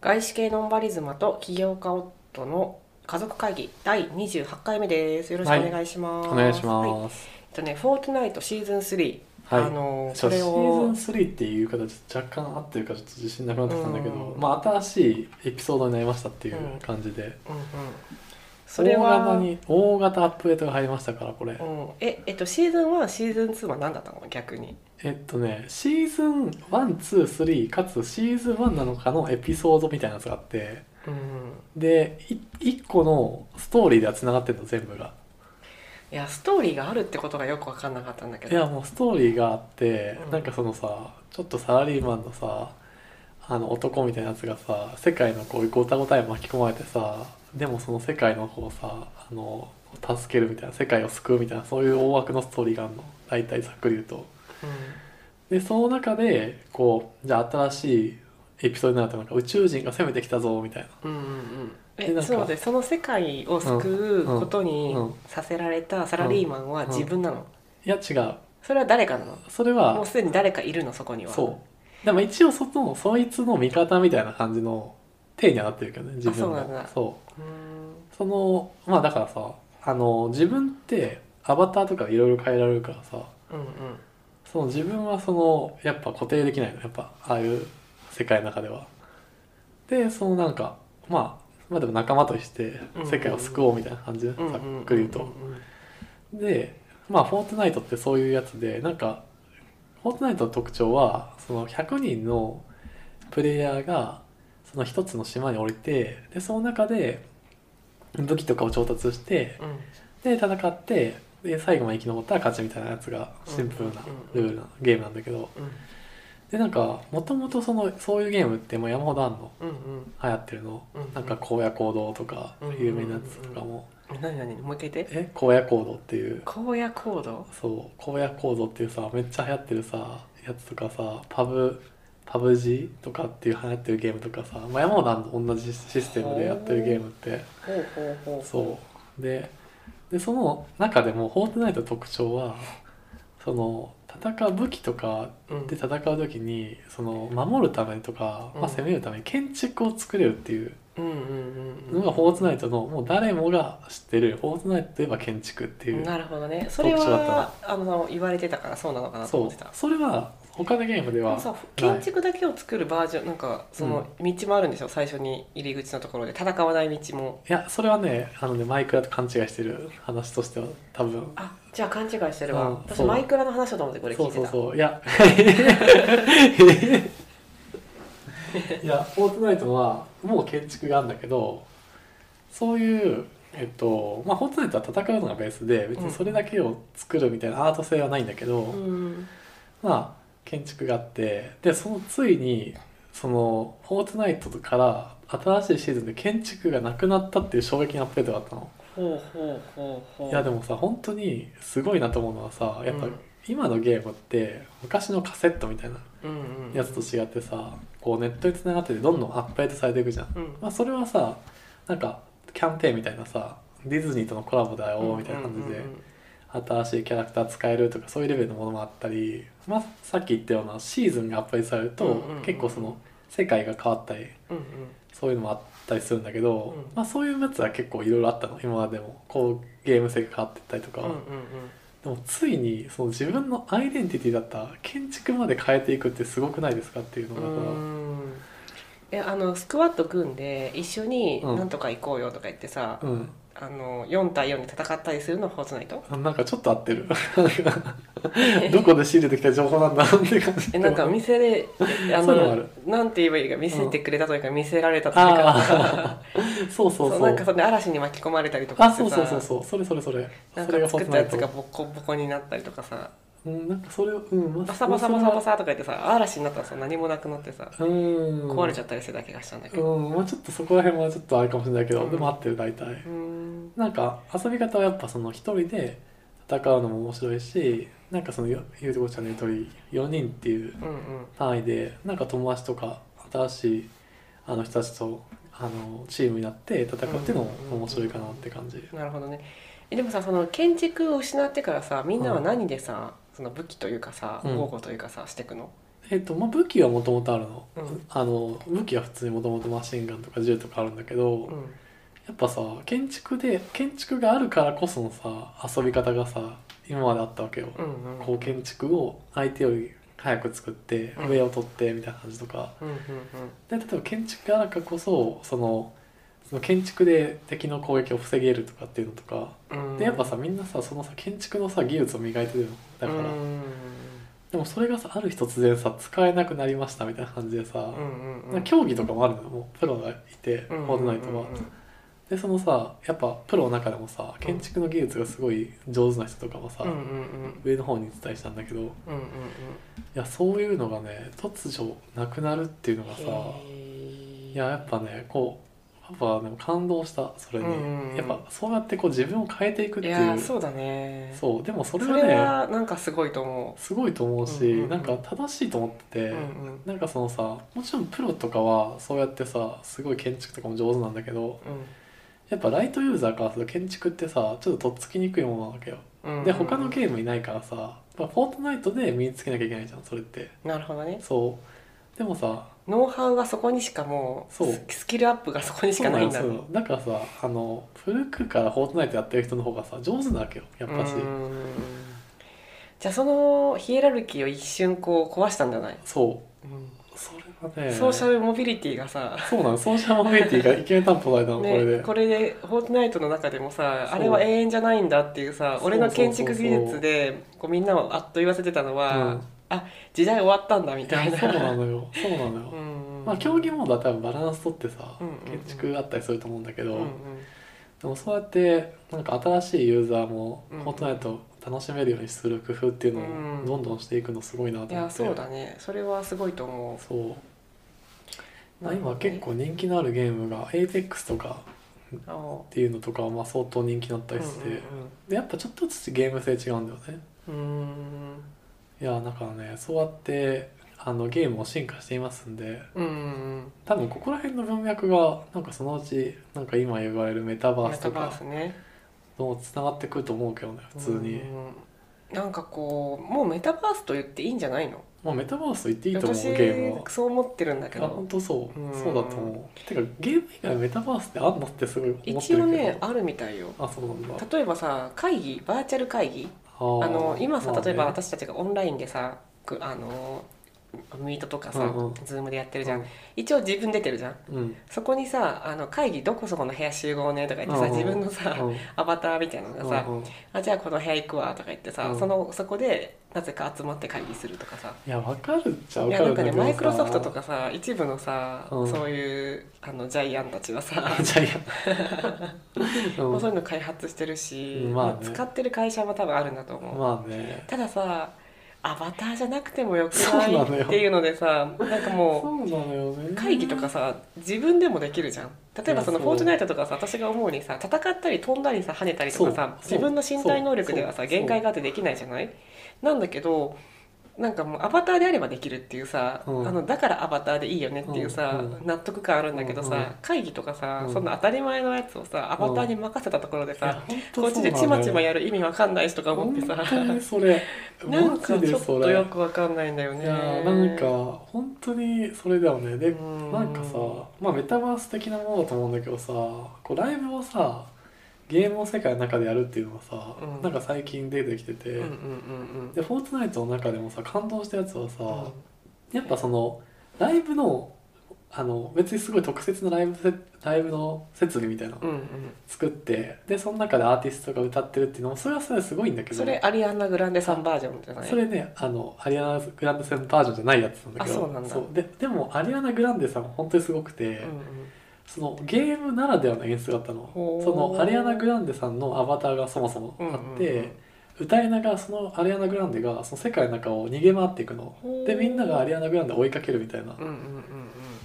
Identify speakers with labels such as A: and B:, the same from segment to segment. A: 外資系ノンバリズマと起業家夫の家族会議第28回目ですよろしくお願いします、
B: お願いし
A: はい
B: ます。
A: えっとね「フォートナイトシーズン3」
B: はい。
A: あの
B: そ
A: そう
B: シ
A: れ
B: ー
A: を
B: ズン3っていう言い方ちょっと若干合ってるかちょっと自信なくなってきたんだけど、
A: うん
B: まあ新しいエピソードになりましたっていう感じで、
A: うんうんそれ
B: 大
A: は
B: 型に大型アップデートが入りましたからこれ、
A: うん、ええっとシーズン1シーズン2は何だったの逆に
B: えっとねシーズン123かつシーズン1なのかのエピソードみたいなやつがあって
A: うん
B: で1個のストーリーではつながってるの全部が
A: いやストーリーがあるってことがよく分かんなかったんだけ
B: い
A: ど
B: やもうストーリーがあって、
A: うん
B: なんかそのさちょっとサラリーマンのさあの男みたいなやつがさ世界のこういうごたごたに巻き込まれてさでもその世界のこうさあの助けるみたいな世界を救うみたいなそういう大枠のストーリーがあるの大体ざっくり言うとでその中でこうじゃあ新しいエピソードになるとなんか宇宙人が攻めてきたぞみたいな
A: うん、うんうんうん
B: でな
A: え
B: んか
A: そうでその世界を救うことに
B: うんうん
A: させられたサラリーマンは自分なの、
B: いや違う
A: それは誰かなの
B: それ
A: もう
B: は
A: すでに誰かいるのそこには
B: そうでも一応そのそいつの味方みたいな感じの体にはなってるけどね自分
A: あそうなん
B: の
A: だ
B: そう
A: うーん
B: そのまあだからさあの自分ってアバターとかいろいろ変えられるからさ
A: うんうん
B: その自分はそのやっぱ固定できないのやっぱああいう世界の中では。でそのなんかまあまあでも仲間として
A: うん
B: 世界を救おうみたいな感じで、
A: うん
B: ざ
A: うん
B: っくり言うと。でまあ「フォートナイト」ってそういうやつでなんか「フォートナイト」の特徴はその100人のプレイヤーがその一つの島に降りてでその中で武器とかを調達して
A: うんうん
B: で戦ってで最後まで生き残ったら勝ちみたいなやつがシンプルなルールなゲームなんだけどでなんかもともとそのそういうゲームってもう山ほどあんの
A: うんうん
B: 流行ってるの
A: うん
B: なんか荒野行動とか
A: うん
B: 有名なやつとかも
A: うん何何もう一回言って
B: え荒野行動っていう
A: 荒野行動
B: そう荒野行動っていうさめっちゃ流行ってるさやつとかさパブパブ G とかっていう流行ってるゲームとかさ、まあ、山ほどあんの同じシステムでやってるゲームって
A: ほうほうほう
B: そうででその中でも「フォートナイト」の特徴はその戦う武器とか
A: うん
B: で戦う時にその守るためとか、
A: う
B: ま
A: ん
B: あ、攻めるために建築を作れるっていう
A: うんうんう
B: の
A: ん
B: が「フォートナイト」のもう誰もが知ってる「フォートナイト」といえば建築っていう
A: なるほどねそれ
B: 特徴だった
A: はあの言われてたからそうなのかなと
B: そ
A: 思っ
B: う
A: てた
B: それは他のゲームで
A: で
B: は
A: もさ建築だけを作るバージョンなんかその道もあるんでしょ、最初に入り口のところで戦わない道も
B: いやそれはねあのねマイクラと勘違いしてる話としては多分
A: あじゃあ勘違いしてるわ、
B: うん
A: 私
B: そう
A: マイクラの話だと思ってこれ聞
B: そ
A: いうて
B: そう
A: た
B: そ ういやいや「フォートナイト」はもう建築があるんだけどそういうえっとまあ「フォートナイト」は戦うのがベースで別にそれだけを作るみたいなアート性はないんだけど、
A: うん
B: まあ建築があってでそのついにその「フォートナイト」から新しいシーズンで建築がなくなったっていう衝撃のアップデートがあったの。
A: ほうほうほうほう
B: い
A: い
B: やでもさ本当にすごいなと思うのはさやっぱ
A: うん
B: 今のゲームって昔のカセットみたいな
A: うんうん
B: やつと違ってさこうネットに繋がっててどんどんアップデートされていくじゃん、
A: うん
B: まあ、それはさなんかキャンペーンみたいなさディズニーとのコラボだよみたいな感じで新しいキャラクター使えるとかそういうレベルのものもあったり、まあ、さっき言ったようなシーズンがアップデートされる
A: うん
B: と
A: うんうん
B: 結構その世界が変わったり
A: うんうん
B: そういうのもあったりするんだけど、
A: うん
B: まあ、そういうやつは結構いろいろあったの今までもこうゲーム性が変わってったりとか、
A: うんうん
B: でもついにその自分のアイデンティティだった建築まで変えていくってすごくないですかっていうの
A: う
B: が
A: んう
B: さ
A: んうんいやあのスクワット組んで一緒に
B: うん
A: なんとか行こうよとか言ってさ、
B: うん、
A: あの4対4で戦ったりするのフォートナイト
B: なんかちょっと合っ てるどこで仕入れてきた情報なんだって感じ
A: えなんかお店でえあ
B: そういうのも
A: の
B: ある
A: なんて言えばいいか見せてくれたというか、見せられたという か
B: ああそうそ
A: そ
B: う
A: う
B: そう
A: なんかその嵐に巻き込まれたりとか
B: あ
A: して
B: そう
A: さ
B: そうそうそうそれそれそれ
A: なん
B: それ
A: か作ったやつ
B: フォートナ
A: が
B: イ
A: ボコボコになったりとかさ
B: トうんなんかそれをうんまあ
A: バサバサバサ
B: それ
A: バ
B: は
A: サとか言ってさ嵐になったらさ何もなくなってさ
B: うん
A: 壊れちゃったりするだけがしたんだけ
B: う
A: ど
B: んまあちょっとそこら辺はちょっとあれかもしれないけど、
A: うん
B: でも合ってる大体
A: うーん
B: なんか遊び方はやっぱその一人で戦うのも面白いしなんかそのゆゆうてこちゃんの言う通り4人っていう
A: うんうん
B: 単位でなんか友達とか新しいあの人たちとあのチームになって戦うっていうのも面白いかなって感じ
A: なるほどねえでもさその建築を失ってからさみんなは何でさ、その武器というかさ
B: うん
A: 防護というかさしてくの、
B: えっとまあ、武器はもともとあるの,、
A: うん
B: あの武器は普通にもともとマシンガンとか銃とかあるんだけど、
A: うん
B: やっぱさ建築で建築があるからこそのさ遊び方がさ今まであったわけよ、
A: うんうん
B: こう建築を相手より早く作って
A: うん
B: 上を取ってみたいな感じとか、
A: うんうん
B: で例えば建築があるからこそそのその建築で敵の攻撃を防げるとかっていうのとか、
A: うんうん
B: でやっぱさみんなさそのさ建築のさ技術を磨いてるよだから、
A: うん
B: でもそれがさある日突然さ使えなくなりましたみたいな感じでさ、
A: うんうん
B: なんか競技とかもあるのよもうプロがいて、
A: うんうんうん
B: フォートナイトは、でそのさやっぱプロの中でもさ建築の技術がすごい上手な人とかもさ、
A: うんうんうん
B: 上の方に伝えしたんだけどい
A: うんうんうん
B: やそういうのがね突如なくなるっていうのがさい
A: い
B: ややっぱねこうやっぱでも感動したそれに、
A: うんうんうん
B: やっぱそうやってこう自分を変えていくっ
A: い
B: ていう
A: やそうだね
B: そうでもそ
A: そ
B: れ
A: れ
B: はね
A: はなんかすごいと思
B: すごいと思う
A: う
B: し、
A: んうんうん
B: なんか正しいと思ってて、
A: う、うんうん
B: なんかそのさもちろんプロとかはそうやってさすごい建築とかも上手なんだけどやっぱライトユーザーからすると建築ってさちょっととっつきにくいものなわけよ
A: うんうん、
B: で他のゲームいないからさやっぱフォートナイトで身につけなきゃいけないじゃんそれって
A: なるほどね
B: そうでもさ
A: ノウハウはそこにしかもう
B: そう
A: ススキルアップがそこにしかないんだ
B: そうなの
A: ろ
B: そうなのだからさあの古くからフォートナイトやってる人の方がさ上手なわけよやっ
A: う
B: ぱし
A: んじゃあそのヒエラルキーを一瞬こう壊したんじゃない、
B: そうそれはね
A: ソーシャルモビリティがさ、
B: そうなのソーシャルモビリティがイケメン担保されたの、これで
A: ね、これで「フォートナイト」の中でもさ
B: そう
A: あれは永遠じゃないんだっていうさ
B: そう
A: 俺の建築技術でこうみんなをあっと言わせてたのは、
B: うん
A: あ時代終わったんだみ
B: い
A: たい
B: や
A: な。
B: そうなのよそうなのよ、
A: うんうん
B: まあ、競技モードは多分バランス取ってさ、
A: うんうんうん
B: 建築あったりすると思うんだけど、
A: うんうん
B: でもそうやってなんか新しいユーザーも
A: うん
B: フォートナイトを楽しめるようにする工夫っていうの
A: う
B: を
A: ん
B: どんどんしていくのすごいなと思って
A: いやそうだねそれはすごいと思
B: そう
A: う。
B: まあ今結構人気のあるゲームが APEX とか
A: ああ
B: っていうのとかはまあ相当人気だったりして、でやっぱちょっとずつゲーム性違うんだよね
A: うんうんうんう
B: いやだからねそうやってあのゲームも進化していますんで
A: ーんうん
B: 多分ここら辺の文脈がなんかそのうちなんか今言われるメタ
A: うん
B: バー
A: メ
B: ス
A: タ
B: とか
A: バースね
B: とつながってくると思うけどね普通に、
A: うんなんかこうもうメタバースと言っていいんじゃないの
B: まあ、メタバースと言っていいと思う
A: 私
B: ゲームは
A: そう思ってるんだけ
B: いや本
A: ど
B: 当そう、
A: うん
B: そうだと思うてかゲーム以外メタバースってあんのってすごい思ってるけ
A: 一
B: ど
A: 応ねあるみたいよ
B: あそうなんだ
A: 例えばさ会議バーチャル会議
B: あ
A: あ
B: ー
A: の今さ
B: まあね
A: 例えば私たちがオンラインでさくあのミートとかさ、
B: うんうん
A: ズームでやってるじゃん、一応自分出てるじゃん
B: うん、うん
A: そこにさあの会議どこそこの部屋集合ねとか言ってさ、
B: うんうん
A: 自分のさ、
B: うん
A: アバターみたいなのがさ、
B: うんうんい
A: あじゃあこの部屋行くわとか言ってさ、
B: うん
A: そのそこでなぜか集まって会議するとかさ
B: やわかるっちゃわ
A: い
B: か
A: や
B: る
A: なんかね
B: だけどさ
A: マイクロソフトとかさ一部のさ、
B: うん
A: そういうあのジャイアンたちはさ、
B: あジャイ
A: も
B: アン
A: う
B: う
A: そういうの開発してるし、
B: まあね
A: まあ使ってる会社も多分あるんだと思う、
B: んまあね
A: たださアバターじゃなくてもよく
B: そう
A: な
B: ないのよ
A: っていうのでさなんか
B: そ
A: も
B: うなのよね
A: う会議とかさ自分でもできるじゃん例えばその「
B: いや
A: フォ
B: そう
A: ートナイト」とかさ私が思うにさ戦ったり飛んだりさ跳ねたりとかさ
B: そうそ
A: 自
B: う
A: 分の身体能力では
B: そ
A: さ
B: う
A: 限界があってできないじゃないなんだけどなんかもうアバターであればできるっていうさ、
B: うん
A: あのだからアバターでいいよねっていうさ、
B: うんうん
A: 納得感あるんだけどさ、
B: うんうん
A: 会議とかさ、
B: うん
A: そんな当たり前のやつをさアバターに任せたところで
B: いや
A: さ、
B: 本
A: こ
B: 当
A: っち
B: そうなのよ
A: でちまちまやる意味わかんないしとか思ってさ
B: 本当にそれ
A: なん
B: マ
A: かち
B: ジ
A: ょ
B: で
A: っ
B: そ
A: と
B: れ
A: よくわかんないんだよね。
B: いやーなんか本当にそれだよねで
A: うん
B: なんかさまあメタバース的なものだと思うんだけどさこうライブをさゲームの世界の中でやるっていうのはさ、
A: うん
B: なんか最近出てきてて、
A: うんうんうんうん。
B: でフォートナイトの中でもさ感動したやつはさ、
A: うん
B: やっぱそのライブのあの別にすごい特設のライブせライブの設備みたいなの
A: うんうん。
B: 作ってでその中でアーティストが歌ってるっていうのもそれはそれですごいんだけど
A: それアリアンナ・グランデさんバージョンじゃない？
B: それねあのアリアナ・グランデさんバージョンじゃないやつなんだけど
A: あそうなんだ
B: ででもアリアナ・グランデさんは本当にすごくて、
A: うんうん。
B: そのゲームならではの演出があったの
A: ほー
B: そのアリアナ・グランデさんのアバターがそもそもあって、
A: うんうんうん
B: 歌いながらそのアリアナ・グランデがその世界の中を逃げ回っていくの
A: ほー
B: でみんながアリアナ・グランデを追いかけるみたいな、
A: うんうんうんうん。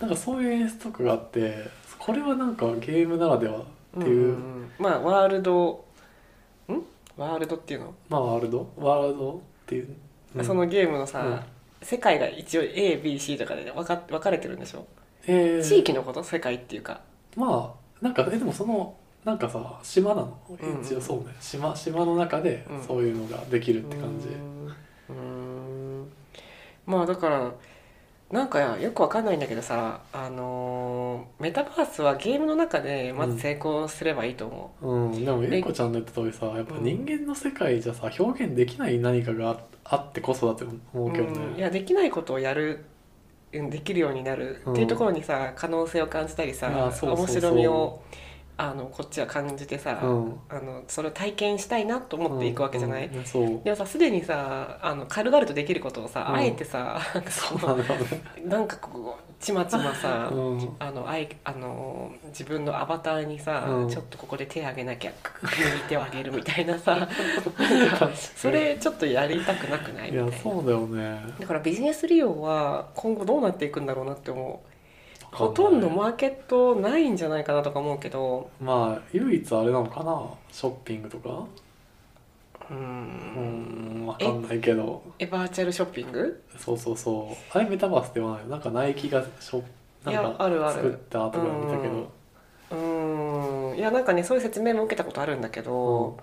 B: なんかそういう演出とかがあってこれはなんかゲームならではってい
A: ん
B: う、
A: んん。まあワールド、ん？ワールドっていうの？
B: まあワールドワールドっていう、うん
A: そのゲームの
B: うん
A: さ、世界が一応 A、B、C とかで分か分かれてるんでしょ？
B: えー
A: 地域のこと世界っていうか。
B: まあなんかえでもそのなんかさ島なの
A: んうん
B: 一応そうね、島島の中で
A: うん
B: そういうのができるって感じ、
A: うーんうーんまあだからなんかよくわかんないんだけどさ、あのーメタバースはゲームの中でまず成功すればいいと思
B: うん、でもゆうこちゃんの言った通りさやっぱ人間の世界じゃさ表現できない何かがあってこそだと
A: う、
B: 思うけどね、
A: うんいやできないことをやるうんできるようになるっていうところにさ、可能性を感じたりさ
B: あそうそうそう
A: 面白みをあのこっちは感じてさ、
B: うん
A: あのそれを体験したいなと思っていくわけじゃない、
B: うんうんそう
A: でもさすでにさあの軽々とできることをさ、
B: うん
A: あえてさなんかそ
B: そう
A: の
B: なんだよね、
A: なんかこうちまちまさ、
B: うん、
A: あのあいあの自分のアバターにさ、
B: うん
A: ちょっとここで手あげなきゃ右手をあげるみたいな さ
B: 確かに
A: それちょっとやりたくなくない
B: い
A: みたい
B: や
A: な
B: そうだよね
A: だからビジネス利用は今後どうなっていくんだろうなって思うほとんどマーケットないんじゃないかなとか思うけど
B: まあ唯一あれなのかなショッピングとか
A: うー
B: うんんわかんないけど
A: えバーチャルショッピング
B: そうそうそうあれメタバースではないよなんかナイキがショ
A: い
B: な
A: や
B: ん
A: ある
B: か
A: ある
B: 作ったとか見たけど
A: うーんいやなんかねそういう説明も受けたことあるんだけど、
B: うん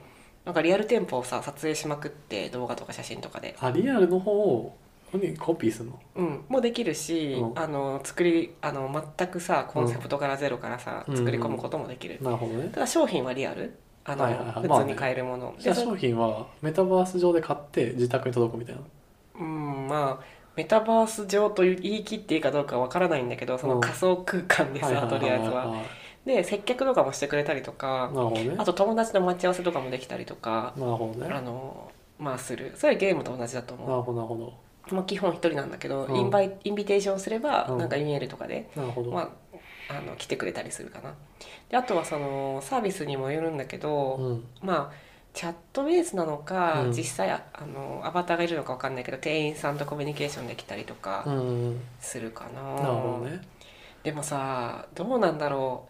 A: なんかリアル店舗をさ撮影しまくって動画とか写真とかで、
B: あリアルの方をここにコピーするの
A: うん、もうできるし、
B: うん
A: あの作りあの全くさコンセプトからゼロからさ、
B: うん
A: 作り込むこともできる、
B: なるほどね
A: ただ商品はリアルあの、
B: はいはいはいま
A: 普
B: あね
A: 通に買えるもの、
B: じゃあ
A: でそ
B: 商品はメタバース上で買って自宅に届くみたいな
A: うんまあメタバース上という言い切っていいかどうかわからないんだけどその仮想空間でさ、
B: はいはい
A: とりあえず
B: はい
A: は。
B: はい
A: で接客とかもしてくれたりとか
B: なるほどね
A: あと友達の待ち合わせとかもできたりとか、
B: なるほどね
A: あのまあするそれはゲームと同じだと
B: な
A: 思
B: るほどなるほど
A: う、まあ、基本一人なんだけど、
B: うん
A: インバイインビテーションすれば、
B: うん
A: なんか e ールとかで、
B: なるほど、
A: まあ、あの来てくれたりするかなであとはそのサービスにもよるんだけど、
B: うん
A: まあチャットベースなのか、
B: うん
A: 実際ああのアバターがいるのかわかんないけど店員さんとコミュニケーションできたりと
B: う
A: か
B: んうん
A: するかな、
B: なるほどね
A: でもさどうなんだろう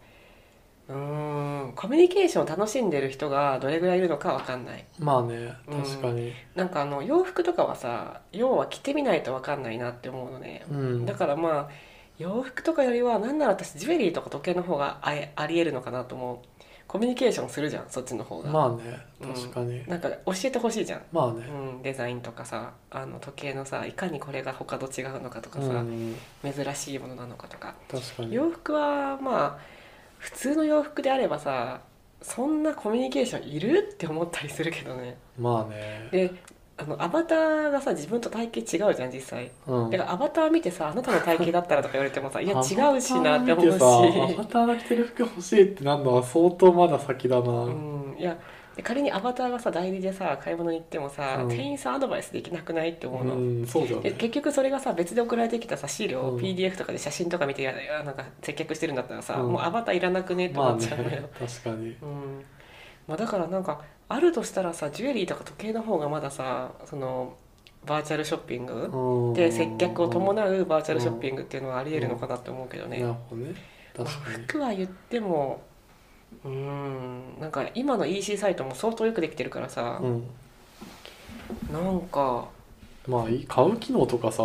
A: うーんコミュニケーションを楽しんでる人がどれぐらいいるのかわかんない
B: まあね
A: うん
B: 確かに
A: なんかあの洋服とかはさ要は着てみないとわかんないなって思うのね
B: うん、
A: だからまあ洋服とかよりは何なら私ジュエリーとか時計の方があえありえるのかなと思うコミュニケーションするじゃんそっちの方が、
B: まあね
A: うん
B: 確かに、
A: なんか教えてほしいじゃん、
B: まあね
A: うん、デザインとかさあの時計のさいかにこれが他と違うのかとか
B: う
A: さ、
B: ん
A: 珍しいものなのかとか
B: 確かに
A: 洋服はまあ普通の洋服であればさそんなコミュニケーションいるって思ったりするけどね
B: まあね
A: であのアバターがさ自分と体型違うじゃん実際
B: うん
A: だからアバター見てさあなたの体型だったらとか言われてもさいや
B: アバター
A: 違うしなって思
B: 見さア
A: う
B: バターが着てる服欲しいってなるのは相当まだ先だな、
A: し、うん、いやで仮にアバターがさ代理でさ買い物に行ってもさ、
B: うん
A: 店員さんアドバイスできなくないって思うの、
B: うん、そうだよ
A: で
B: ね
A: 結局それがさ別で送られてきたさ資料
B: う
A: を
B: ん
A: PDF とかで写真とか見ていやいやなんか接客してるんだったらさ、
B: うん
A: もうアバターいらなくねって
B: まあ
A: 思っ
B: ね
A: ちゃうのよ、
B: 確かに
A: うんまあ、だからなんかあるとしたらさジュエリーとか時計の方がまださそのバーチャルショッピング
B: うん
A: で接客を伴うバーチャルショッピングっていうのはあり得るのかなって思うけどね、
B: なるほどね
A: まあ
B: 確かに
A: 服は言ってもうーんなんか今の EC サイトも相当よくできてるからさ、
B: うん
A: なんか
B: まあいい買う機能とかさ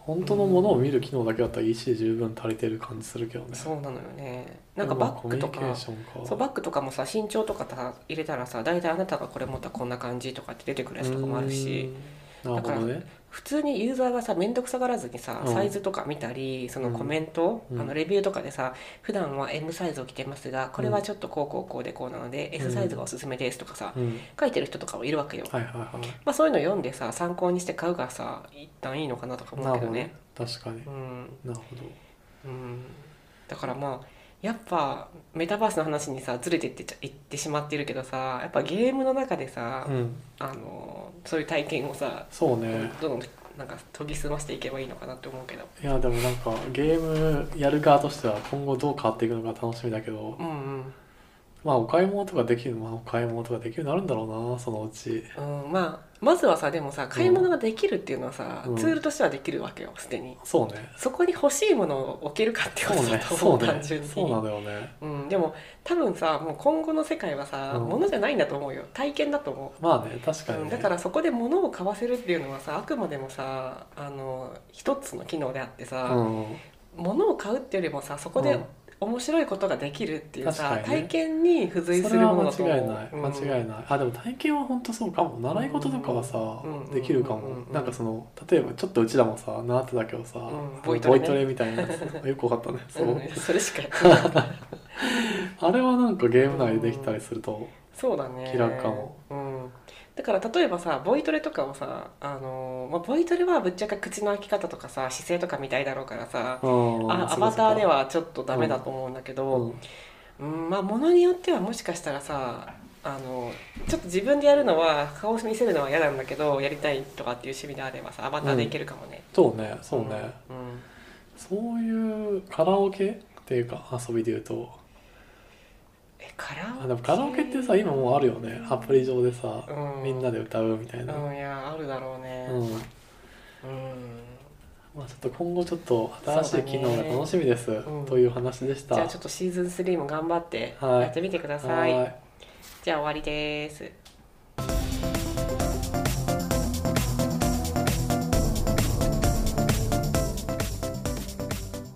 B: 本当のものを見る機能だけだったら EC 十分足りてる感じするけどね
A: そうなのよねなんかバッグと
B: まあコミュ
A: か
B: ニケーションか
A: そうバッグとかもさ身長とかさ入れたらさ大体あなたがこれ持ったらこんな感じとかって出てくるやつとかもあるし。
B: うんなるほどね
A: 普通にユーザーがさ面倒くさがらずにさ
B: うん
A: サイズとか見たり、そのコメント、
B: うん
A: あのレビューとかでさ普段は M サイズを着てますがこれはちょっとこうこうこうでこうなので、
B: ん
A: S サイズがおすすめですとかさ、
B: うん
A: 書いてる人とかもいるわけよ、
B: はいはいはい
A: まあ、そういうの読んでさ参考にして買うがさ一旦いいのかなとか思
B: な
A: う
B: る
A: けど
B: ほどね
A: ね
B: 確かに
A: うん、
B: なるほど
A: うん、だからまあやっぱメタバースの話にさずれてってちゃいってしまってるけどさやっぱゲームの中でさ、
B: うん
A: あのそういう体験をさ
B: そうね
A: どんどんなんか研ぎ澄ましていけばいいのかなって思うけど
B: いやでもなんかゲームやる側としては今後どう変わっていくのか楽しみだけど
A: うん
B: まあお買い物とかできるまあお買い物とかできるようになるんだろうなそのうち
A: うん、うん、まあまずはさでもさ買い物ができるっていうのはさ、
B: うん
A: ツールとしてはできるわけよすでに
B: そうね
A: そこに欲しいものを置けるかっていう
B: そ
A: こ
B: う
A: と
B: ね
A: だと
B: そ
A: 思
B: う
A: う単
B: ね
A: 純に
B: そうなんだよね
A: うん、でも多分さもう今後の世界はさ、
B: うん
A: 物じゃないんだと思うよ体験だと思う
B: まあね確か
A: う
B: に
A: ん、
B: ね
A: だからそこで物を買わせるっていうのはさあくまでもさあの一つの機能であって
B: う
A: さ、
B: ん
A: 物を買うっていうよりもさそこで
B: うん
A: 面白いことができるっていうさ、
B: 確かにね
A: 体験に付随す
B: それ
A: る
B: は
A: もの
B: 間
A: だと思う
B: 違いない間違いない、あでも体験は本当そうかも習い事とかはさ、
A: うん
B: できるかも、
A: うん
B: なんかその例えばちょっとうちらもさ習ってたけどさ、
A: ん
B: ボ
A: ボ
B: イ
A: イ
B: ト
A: トレ
B: レ
A: ね
B: みたいなやつよくわかったねそうう、
A: ん、うん それしかや ってない
B: あれはなんかゲーム内でできたりすると、
A: そうだね
B: 気楽かも、
A: うん、だから例えばさボイトレとかをさあの、まあ、ボイトレはぶっちゃけ口の開き方とかさ姿勢とか見たいだろうからさ
B: うん
A: あアバターで、はちょっとダメだと思うんだけ
B: そうか
A: ど、
B: うん
A: うんまあものによってはもしかしたらさあのちょっと自分でやるのは顔を見せるのは嫌なんだけどやりたいとかっていう趣味であればさアバターでいけるかもね、
B: そうねそうね、
A: うん
B: そういうカラオケっていうか遊びで言うと
A: えカラオ
B: あ
A: ケ
B: でもカラオケってさ今もうあるよねアプリ上でさ、
A: うん
B: みんなで歌うみたいな、
A: うんいやあるだろうね
B: うん
A: うん
B: まあ、ちょっと今後ちょっと新しい機能が楽しみです、
A: うん
B: という話でした。
A: じゃあちょっとシーズン3も頑張って
B: はい
A: やってみてください、
B: はーい
A: じゃあ終わりです